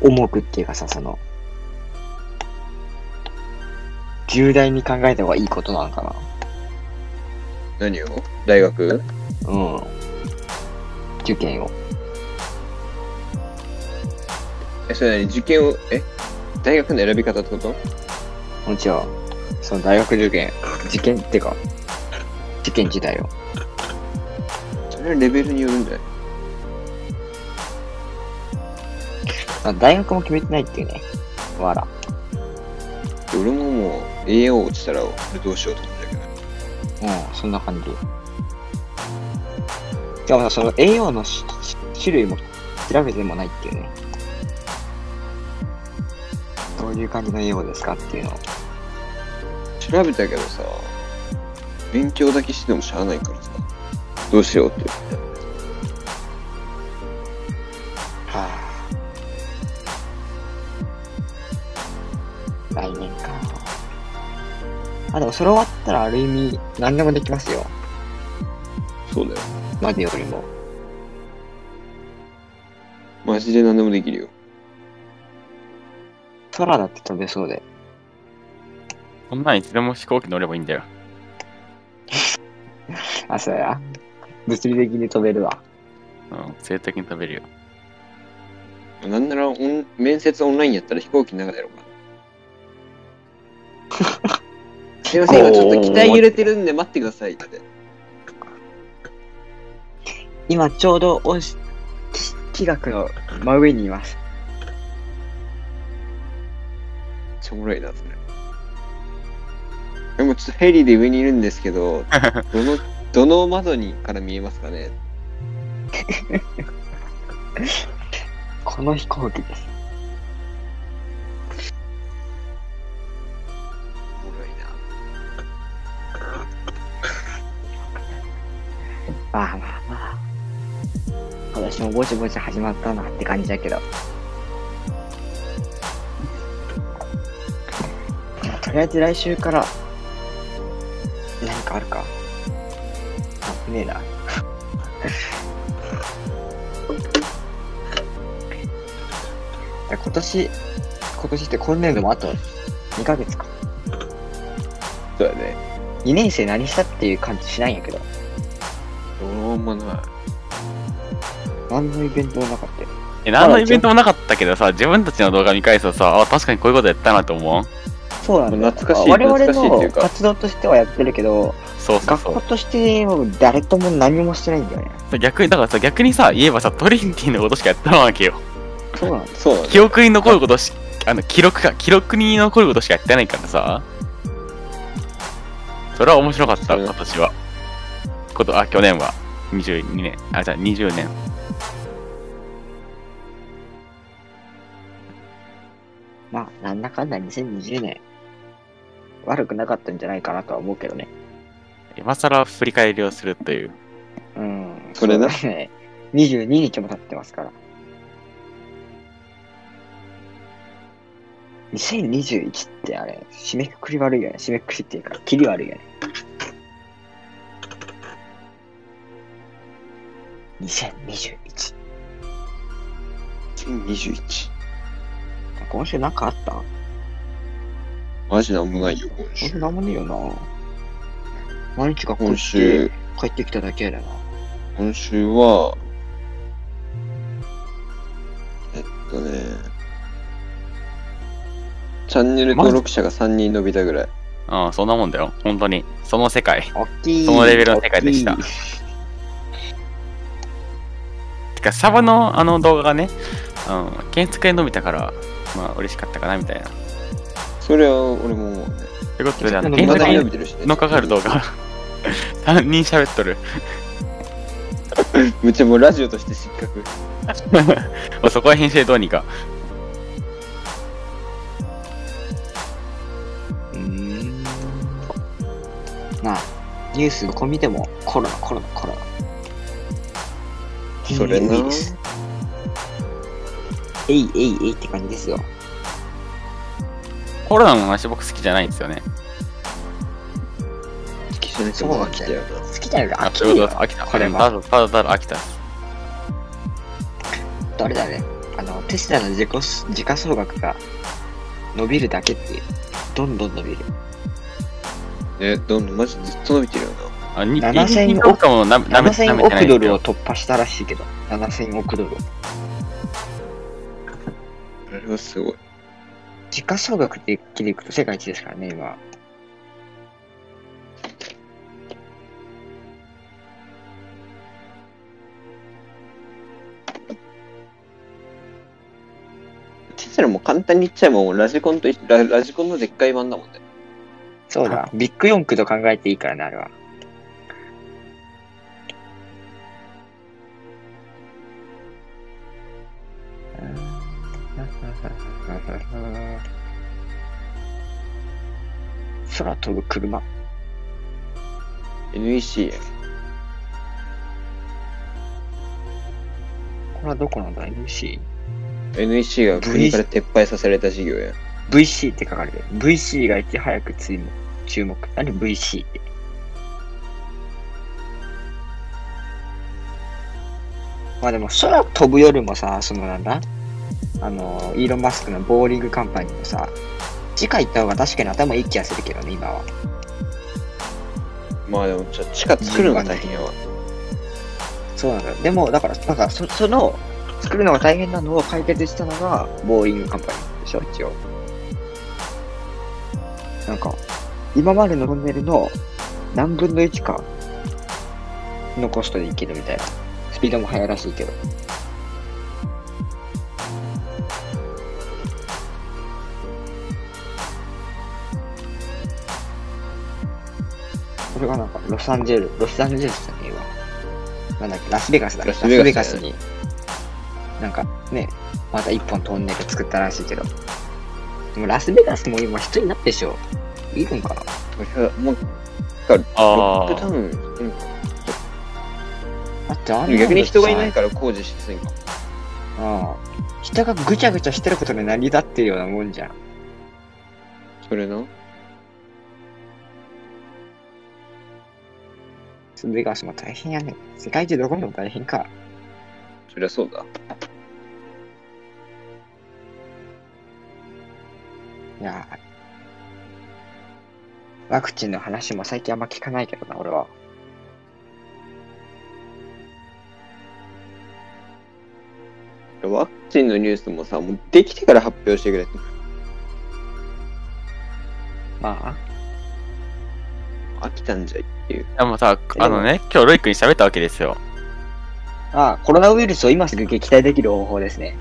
Speaker 2: 重くっていうかさ、その、重大に考えた方がいいことなのかな。
Speaker 3: 何を大学
Speaker 2: うん。受験を。
Speaker 3: えそれ何受験をえ大学の選び方ってこと
Speaker 2: もちろん、その大学受験、受験ってか、受験時代を。
Speaker 3: それはレベルによるんじゃない
Speaker 2: あ大学も決めてないっていうね。わら。
Speaker 3: 俺ももう AO 落ちたら俺どうしようと思うんだけど
Speaker 2: うん、そんな感じ。でもさ、その栄養のしし種類も調べてもないっていうね。どういう感じの栄養ですかっていうのを。
Speaker 3: 調べたけどさ勉強だけしてもしゃあないからさどうしようって
Speaker 2: はあ、来年か。あ、でもそれ終わったらある意味何でもできますよ。
Speaker 3: そうだよ
Speaker 2: までよりも。
Speaker 3: マジで何でもできるよ
Speaker 2: 空だって飛べそうで。
Speaker 1: こんなんいつでも飛行機乗ればいいんだよ。
Speaker 2: あ、そうや。物理的に飛べるわ。
Speaker 1: うん、性的に食べるよ。
Speaker 3: なんならオン面接オンラインやったら飛行機の中でやろうか な。すいません、今ちょっと機体揺れてるんで待ってくださいって。
Speaker 2: 今ちょうどおし、気学の真上にいます。
Speaker 3: ちょもろいな、それ。でもちょっとヘリで上にいるんですけ ど、どの、どの窓にから見えますかね
Speaker 2: この飛行機です。
Speaker 3: おもろいな。
Speaker 2: まあまあまあ。私もぼちぼち始まったなって感じだけど。じゃあとりあえず来週から、なんかあるか。あ、ねえな。 じゃあ今年、今年って今年度もあと2ヶ月か。
Speaker 3: そうだね。
Speaker 2: 2年生何したっていう感じしないんやけど。
Speaker 3: どうもない。
Speaker 2: 何のイベントもなかったよ。
Speaker 1: え、何のイベントもなかったけどさ、自分たちの動画見返すとさ、あ、確かにこういうことやったなと思う
Speaker 2: そうなんだよ。
Speaker 3: 懐かしい
Speaker 2: 我々
Speaker 3: 懐かしいってい
Speaker 2: の
Speaker 3: うか
Speaker 2: 活動としてはやってるけど、
Speaker 1: そうそう
Speaker 2: 学
Speaker 1: そ
Speaker 2: 校としても誰とも何もしてないんだよね。
Speaker 1: う。逆に、だからさ、逆にさ、言えばさ、トリニティのことしかやったわ けよ。
Speaker 2: そうなんだ。
Speaker 3: そうだね。
Speaker 1: 記憶に残ることし、あの、記録か、記録に残ることしかやってないからさ。それは面白かった、
Speaker 3: うん
Speaker 1: 今年は。こと、あ、去年は。22年。あ、じゃあ20年。
Speaker 2: まあ、なんだかんだ2020年、悪くなかったんじゃないかなとは思うけどね。
Speaker 1: 今更振り返りをするという。
Speaker 2: うん。
Speaker 3: それな
Speaker 2: うだね。22日も経ってますから。2021ってあれ、締めくくり悪いよね。締めくくりっていうか、切り悪いよね。2021。
Speaker 3: 2021。
Speaker 2: 今週なんかあった
Speaker 3: マジなんもないよ、今
Speaker 2: 今週
Speaker 3: 週。
Speaker 2: なんもねえよな。毎日学校行
Speaker 3: 今
Speaker 2: って
Speaker 3: 週、
Speaker 2: 帰ってきただけだな。
Speaker 3: 今週は、えっとね、チャンネル登録者が3人伸びたぐらい。
Speaker 1: うん、そんなもんだよ。本当に。その世界。
Speaker 2: おっきい。
Speaker 1: そのレベルの世界でした
Speaker 2: おっきい
Speaker 1: てか、サバのあの動画がね、うん、検索で伸びたから、まあ、嬉しかったかな、みたいな。
Speaker 3: それは俺も思うね。
Speaker 1: ということで、あの、検
Speaker 2: 検索
Speaker 3: ま
Speaker 1: 索
Speaker 2: で
Speaker 3: だ
Speaker 1: に
Speaker 3: 伸
Speaker 2: 伸
Speaker 3: びてるしね。
Speaker 1: のかかる動画。3人喋っとる。
Speaker 3: むっちゃもうラジオとして失格。
Speaker 1: もう そこは編集どうにか。
Speaker 2: うーん。なあ、ニュースどこ見てもコロナ、コロナ、コロナ。
Speaker 3: それな
Speaker 2: 変異ウイルスえいえいえいって感じですよ。
Speaker 1: コロナの話僕好きじゃないんですよね。
Speaker 2: そうなんだよ。
Speaker 3: な。
Speaker 2: 好きだよな、飽き
Speaker 1: そう
Speaker 2: る
Speaker 1: いうこ
Speaker 2: よ
Speaker 1: とだ。飽きた。
Speaker 2: これ
Speaker 1: た
Speaker 2: は
Speaker 1: だただただ飽きた。
Speaker 2: あれだね。あの、テスラの自己す、時価総額が伸びるだけっていう。どんどん伸びる。
Speaker 3: え、どんどんマジずっと伸びてるよ
Speaker 1: あ、に
Speaker 2: 7000
Speaker 1: 1億もなめなめなめ
Speaker 2: 7000
Speaker 1: てない
Speaker 2: 億
Speaker 1: んで
Speaker 2: ド
Speaker 1: す
Speaker 2: ル
Speaker 1: よ
Speaker 2: を。突破したらしいけど。7000億ドル。
Speaker 3: な。あれはすごい。
Speaker 2: 時価総額で切りいくと世界一ですからね、今。
Speaker 3: テスラも簡単に言っちゃえばもうラジコンと一緒ララジコンのでっかい版だもんね。
Speaker 2: そうだ。ビッグ四駆と考えていいからね、あれは。空飛ぶ車。
Speaker 3: NEC。
Speaker 2: これはどこなんだ ?NC?
Speaker 3: NEC が国から撤廃させられた事業や。
Speaker 2: VC って書かれてる。VC がいて早く追も注目。何 VC って。まあでも空飛ぶよりもさ、そのなんだあの、イーロン・マスクのボーリングカンパニーもさ、地下行った方が確かに頭いい気がするけどね、今は。
Speaker 3: まあでも、ちょ地下作るのが大変やわ。
Speaker 2: そうなんだよ。でも、だから、なんかそ、その、作るのが大変なのを解決したのが、ボーリングカンパニーでしょ、一応。なんか、今までのトンネルの何分の1かのコストでいけるみたいな。スピードも速いらしいけど。これがなんか、ロサンゼル、ロサンゼルスじゃねえわ。なんだっけ、ラスベガスだ。
Speaker 3: ラ
Speaker 2: ラ
Speaker 3: ス
Speaker 2: ス
Speaker 3: ベ
Speaker 2: ベ
Speaker 3: ガ
Speaker 2: ガ
Speaker 3: ス
Speaker 2: ス
Speaker 3: だよ
Speaker 2: に、なんかね、また一本トンネル作ったらしいけど。でもラスベガスも今人になってでしょ。いるんかな
Speaker 3: もう、ロ
Speaker 1: あ
Speaker 3: ックダ
Speaker 1: あ
Speaker 3: ウンしてんのか
Speaker 2: だってあんな
Speaker 3: な。
Speaker 2: ん
Speaker 3: でも逆に人がいない
Speaker 2: か
Speaker 3: から工事しやすいんか。
Speaker 2: ら。うん。人がぐちゃぐちゃしてることで成り立ってるようなもんじゃん。
Speaker 3: それな。
Speaker 2: ラスベガスも大変やね。世界中どこでも大変か。
Speaker 3: そりゃそうだ。
Speaker 2: いやーワクチンの話も最近あんま聞かないけどな、俺は。
Speaker 3: ワクチンのニュースもさ、もうできてから発表してくれって。
Speaker 2: ま
Speaker 3: 飽きたんじゃい。
Speaker 1: でもさ、あのね、今日ロイ君に喋ったわけですよ。
Speaker 2: あ、ああ、コロナウイルスを今すぐ撃退できる方法ですね。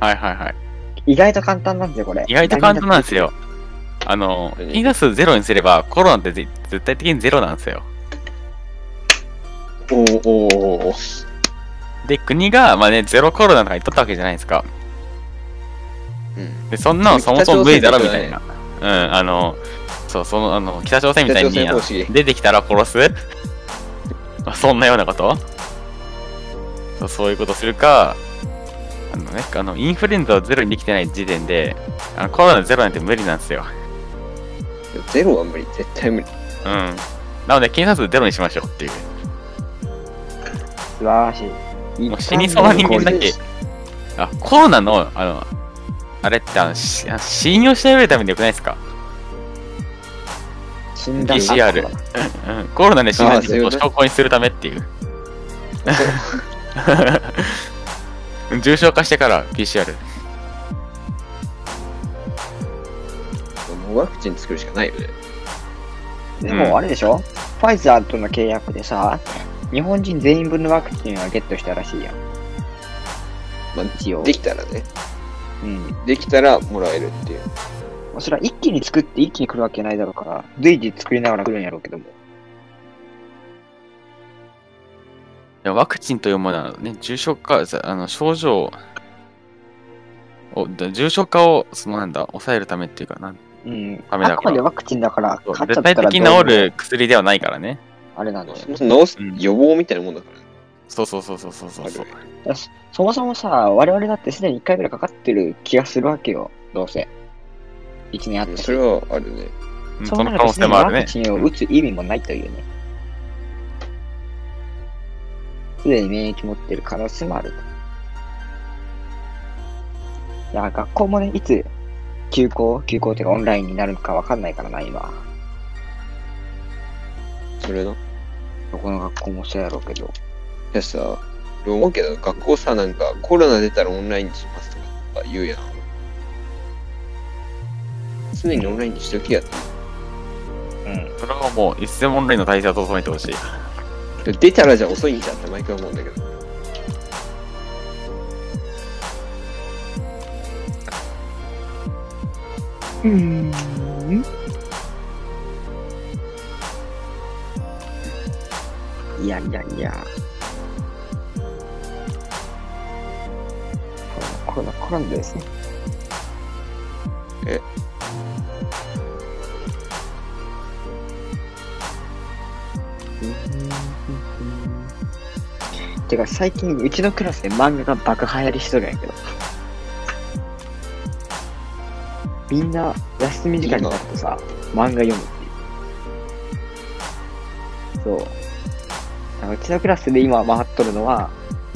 Speaker 1: はいはいはい。
Speaker 2: 意外と簡単なんですよ、これ。
Speaker 1: 意外と簡単なんですよ。あの、インダスゼロにすればコロナってぜ絶対的にゼロなんですよ。
Speaker 3: おーおーおーおー
Speaker 1: で、国が、まあね、ゼロコロナとか言っとったわけじゃないですか。で、そんなのそもそも無理だろみたいな。うん、あの、そう、その、あの、北朝鮮みたい
Speaker 3: 北朝
Speaker 1: に
Speaker 3: 鮮方式
Speaker 1: 出てきたら殺す まあそんなようなことそうそういうことするか、あのね、あの、インフルエンザをゼロにできてない時点で、あのコロナゼロなんて無理なんですよ。
Speaker 3: ゼロは無理。絶対無理。
Speaker 1: うん。なので、検査数ゼロにしましょうっていう。
Speaker 2: 素晴らしい。
Speaker 1: もう死にそうな人間だけ。あ、コロナの、あの、あれってあの、しあの信用してあげるためによくないですか
Speaker 2: 診断
Speaker 1: PCR うん。コロナで信
Speaker 3: あ
Speaker 1: 用
Speaker 3: ーそういう
Speaker 1: を
Speaker 3: こと
Speaker 1: 証拠にするためっていう。 重症化してから PCR。
Speaker 3: もうワクチン作るしかないよね。
Speaker 2: でもあれでしょ、ファイザーとの契約でさ、日本人全員分のワクチンはゲットしたらしいやん。
Speaker 3: まあ
Speaker 2: 一応。
Speaker 3: できたらね。
Speaker 2: うん。
Speaker 3: できたらもらえるっていう。
Speaker 2: それは一気に作って一気に来るわけないだろうから、随時作りながら来るんやろうけども。
Speaker 1: でもワクチンというものは、ね、重症化、さあの症状を、だ重症化を、そのなんだ、抑えるためっていうか、なん
Speaker 2: うん。
Speaker 1: ダメだから
Speaker 2: あくまでワクチンだから、
Speaker 1: そう
Speaker 2: 勝っちゃ
Speaker 1: 絶
Speaker 2: った
Speaker 1: 対
Speaker 2: ら
Speaker 1: 的に
Speaker 2: どう
Speaker 1: 治
Speaker 2: いう
Speaker 1: る薬ではないからね。
Speaker 2: あれなんだよ
Speaker 3: そもそも治す
Speaker 1: うん
Speaker 3: 予防みたいなもんだからね。
Speaker 1: そうそうそうそうそうそうそう。
Speaker 2: だしそもそもさ、我々だってすでに1回ぐらいかかってる気がするわけよ、どうせ。1年あっ
Speaker 3: う
Speaker 2: た
Speaker 3: ん
Speaker 2: し
Speaker 3: それはあるね。
Speaker 1: うん
Speaker 2: そ
Speaker 1: そ
Speaker 2: ん
Speaker 1: の
Speaker 2: な
Speaker 1: 可能
Speaker 2: 別
Speaker 1: 性
Speaker 2: に
Speaker 1: もある
Speaker 2: ワ
Speaker 1: ね
Speaker 2: ク。チンを打つ意味もないというね。すでに免疫持ってる可能性もあると。いや、学校もね、いつ休校、休校っていうかオンラインになるのかわかんないからな、今。
Speaker 3: それな。い
Speaker 2: どこの学校もそうやろうけど。
Speaker 3: やさ、俺思うけど、学校さ、なんかコロナ出たらオンラインにしますとか言うやん。常にオンラインにしときやって。
Speaker 2: うん。
Speaker 1: それはもう、一千オンラインの体制を整えてほしい。
Speaker 3: で出たらじゃあ遅いんじゃんって毎回思うんだけど。
Speaker 2: うん。いやいやいや。コロナ、コロナ、コロナですね。てか最近うちのクラスで漫画が爆流行りしとるんやけどみんな休み時間になるとさ漫画読むっていうそうあのうちのクラスで今回っとるのは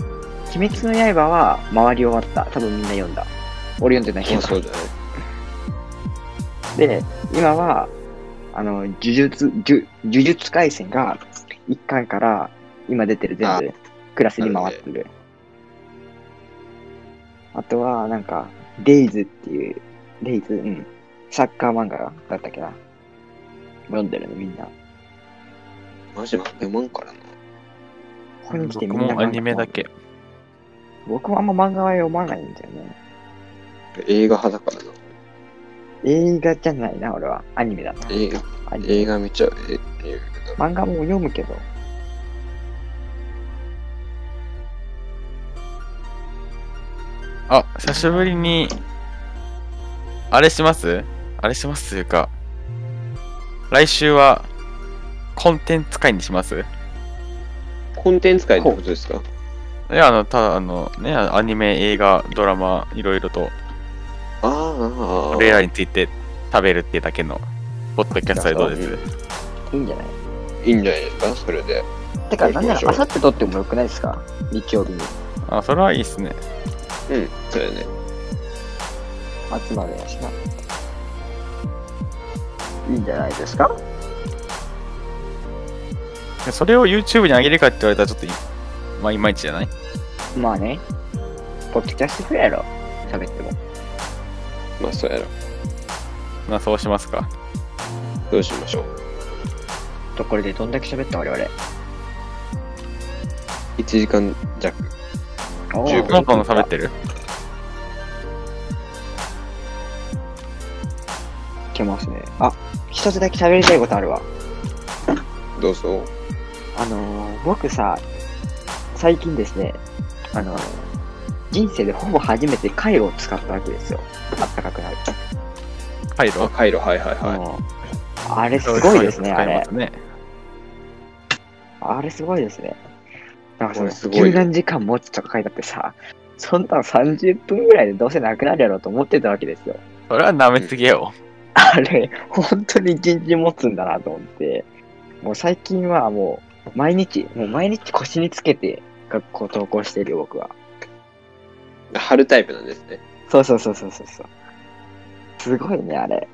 Speaker 2: 「鬼滅の刃」は回り終わった多分みんな読んだ俺読んでないけ
Speaker 3: まあそ
Speaker 2: ど
Speaker 3: うじゃない。
Speaker 2: で今はあの呪術呪呪術廻戦が1巻から今出てる全部クラスに回ってる。あとは、なんか、デイズっていう、デイズ、うん。サッカー漫画だったっけな。読んでるのみんな。
Speaker 3: マジ漫画読まんからな。
Speaker 2: ここに来てみんな
Speaker 1: 僕もアニメだけ。
Speaker 2: 僕もあんま漫画は読まないんだよね。
Speaker 3: 映画派だからな。
Speaker 2: 映画じゃないな、俺は。アニメだな。
Speaker 3: 映画、
Speaker 2: アニメ
Speaker 3: 映画見ちゃう。え映画
Speaker 2: 漫画も読むけど。
Speaker 1: あ、久しぶりに、あれしますあれしますというか、来週は、コンテンツ会にします
Speaker 3: コンテンツ界ってことですか
Speaker 1: いや、あの、ただ、あの、ね、アニメ、映画、ドラマ、いろいろと、
Speaker 3: あーあー。
Speaker 1: 俺らについて食べるってだけの、ポッドキャストでどうです
Speaker 2: いいんじゃない
Speaker 3: いいんじゃないですかそれで。
Speaker 2: てか、
Speaker 3: 行
Speaker 2: なん
Speaker 3: き
Speaker 2: な
Speaker 3: ま
Speaker 2: ら、
Speaker 3: しょう
Speaker 2: あさって撮ってもよくないですか日曜日に。
Speaker 1: あ、それはいいっすね。
Speaker 3: うん、そうやね。
Speaker 2: 集まるやしな。いいんじゃないですか
Speaker 1: でそれを YouTube に上げるかって言われたらちょっとい、まあ、いまいちじゃない
Speaker 2: まあね。ポッドキャストくらいやろ。喋っても。
Speaker 3: まあ、そうやろ。
Speaker 1: まあ、そうしますか。
Speaker 3: どうしましょう。
Speaker 2: と、これでどんだけ喋った我々。
Speaker 3: 1時間弱。
Speaker 2: お
Speaker 3: 十
Speaker 2: ー
Speaker 3: 分
Speaker 1: ポンポン喋ってる
Speaker 2: いけますね。あ、一つだけ喋りたいことあるわ。
Speaker 3: どうぞ。
Speaker 2: あのー、僕さ、最近ですね、あのー、人生でほぼ初めてカイロを使ったわけですよ。あったかくなる。
Speaker 1: 回路
Speaker 3: あ、回路、はいはいはい。
Speaker 2: もうあれすごいですね、
Speaker 1: 使
Speaker 2: あ
Speaker 1: いま
Speaker 2: れ
Speaker 1: す。ね。
Speaker 2: あれすごいですね。なんかそ
Speaker 3: こ
Speaker 2: の、
Speaker 3: れすごいよ
Speaker 2: 十何時間持つとか書いてあってさ、そんなの30分ぐらいでどうせなくなるやろうと思ってたわけですよ。
Speaker 1: それは舐めすぎよ。
Speaker 2: あれ、本当に1日持つんだなと思って、もう最近はもう、毎日、もう毎日腰につけて学校登校してるよ、僕は。
Speaker 3: 貼るタイプなんですね。
Speaker 2: そうそうそうそうそうそう。すごいね、あれ。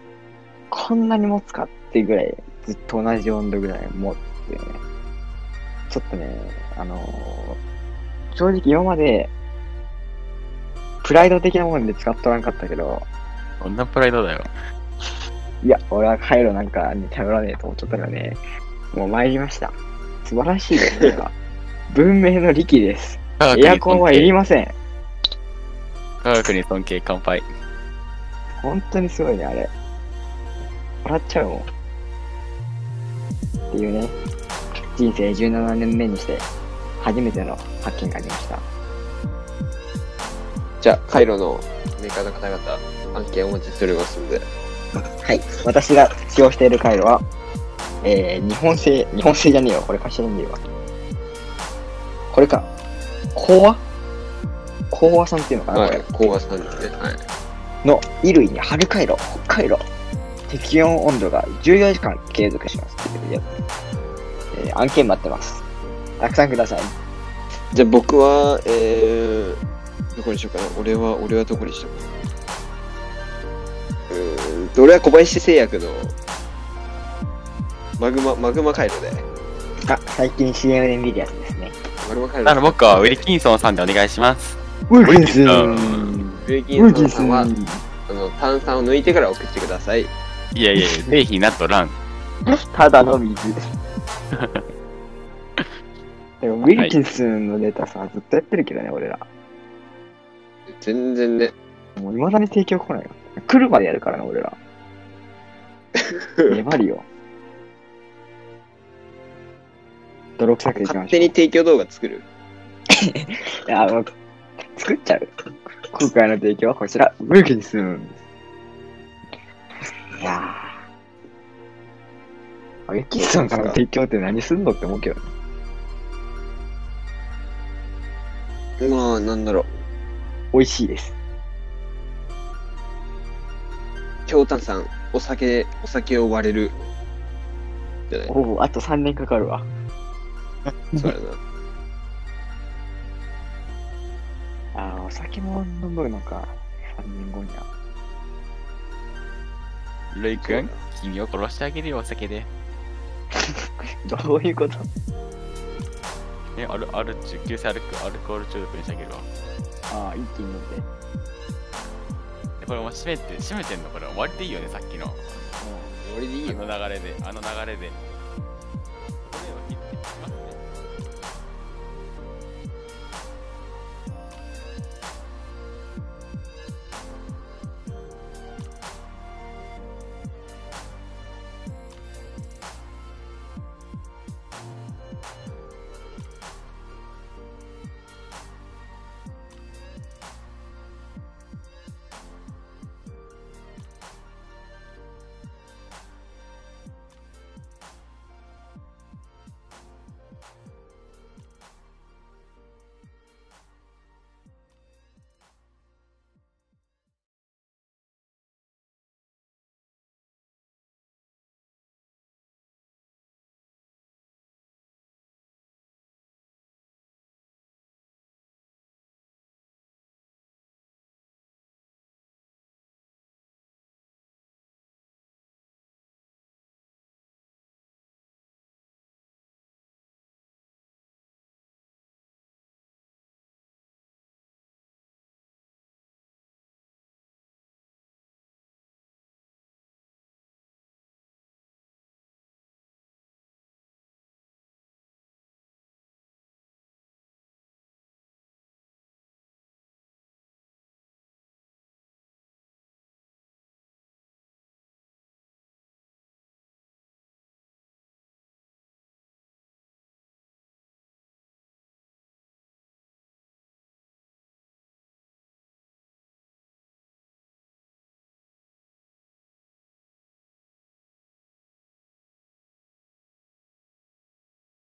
Speaker 2: こんなに持つかってぐらい、ずっと同じ温度ぐらい持ってね。ちょっとね、あのー正直今まで、プライド的なもんで使っとらんかったけど、
Speaker 1: こんなプライドだよ。
Speaker 2: いや、俺はカイロなんかに頼らねえと思っちゃったからね、もう参りました。素晴らしいですね、これは文明の利器です。エアコンはいりません。
Speaker 1: 科学に尊敬、乾杯。
Speaker 2: 本当にすごいね、あれ。笑っちゃうもん。っていうね、人生17年目にして、初めての発見がありました。
Speaker 3: じゃあ、回路のメーカーの方々、案件お待ちしておりますので。
Speaker 2: はい。私が使用している回路は、えー、日本製、日本製じゃねえよ。これ会社じゃねえわ。これか。コアコアさんっていうのかな、
Speaker 3: は
Speaker 2: こ
Speaker 3: い
Speaker 2: れ。。
Speaker 3: 高圧さんですね。はい。
Speaker 2: の衣類に春回路、北海道、適温温度が14時間継続しますっていうやつ。えー案件待ってます。たくさんください。
Speaker 3: じゃあ、僕は、えー、どこにしようかな。俺は、俺はどこにしようかな。うーんと、俺は小林製薬の、マグマ、マグマ回路で。
Speaker 2: あ、最近 CM で見るやつですね。
Speaker 3: マグマ回路
Speaker 1: あの、僕はウィルキンソンさんでお願いします。
Speaker 2: ウ
Speaker 1: ィルキンソン
Speaker 3: ウィルキンソンさんは、あの、炭酸を抜いてから送ってください。
Speaker 1: いやいや いや、ぜひなとらん。
Speaker 2: ただの水です。でもウィルキンスのネタさ、ずっとやってるけどね、俺ら。
Speaker 3: 全然ね、
Speaker 2: もう未だに提供来ないよ。来るまでやるからな、 俺ら。粘るよ。泥臭くいきま
Speaker 3: 勝
Speaker 2: しょ
Speaker 3: 手
Speaker 2: う
Speaker 3: に。提供動画作る。
Speaker 2: いや、もう、作っちゃう。今回の提供はこちら、ウィルキンスいやー。ウィルキンソンからの提供って何すんのって思うけど。
Speaker 3: まあ、なんだろう。
Speaker 2: 美味しいです。
Speaker 3: 京炭酸、お酒、お酒を割れる。じゃない
Speaker 2: おお、あと3年かかるわ。
Speaker 3: そうやな。
Speaker 2: あーお酒も飲むのか。3年後には。
Speaker 1: ルイ君、君を殺してあげるよ、お酒で。
Speaker 2: どういうこと
Speaker 1: え、ある、ある、中急性アルコアルコール中毒にしてあげるわ。
Speaker 2: ああ、一気に飲んで。うん。
Speaker 1: でこれもう閉めて、閉めてんのこれ終わりでいいよね、さっきの。
Speaker 3: 俺でいい
Speaker 1: あ
Speaker 3: よ。
Speaker 1: の流れで、あの流れで。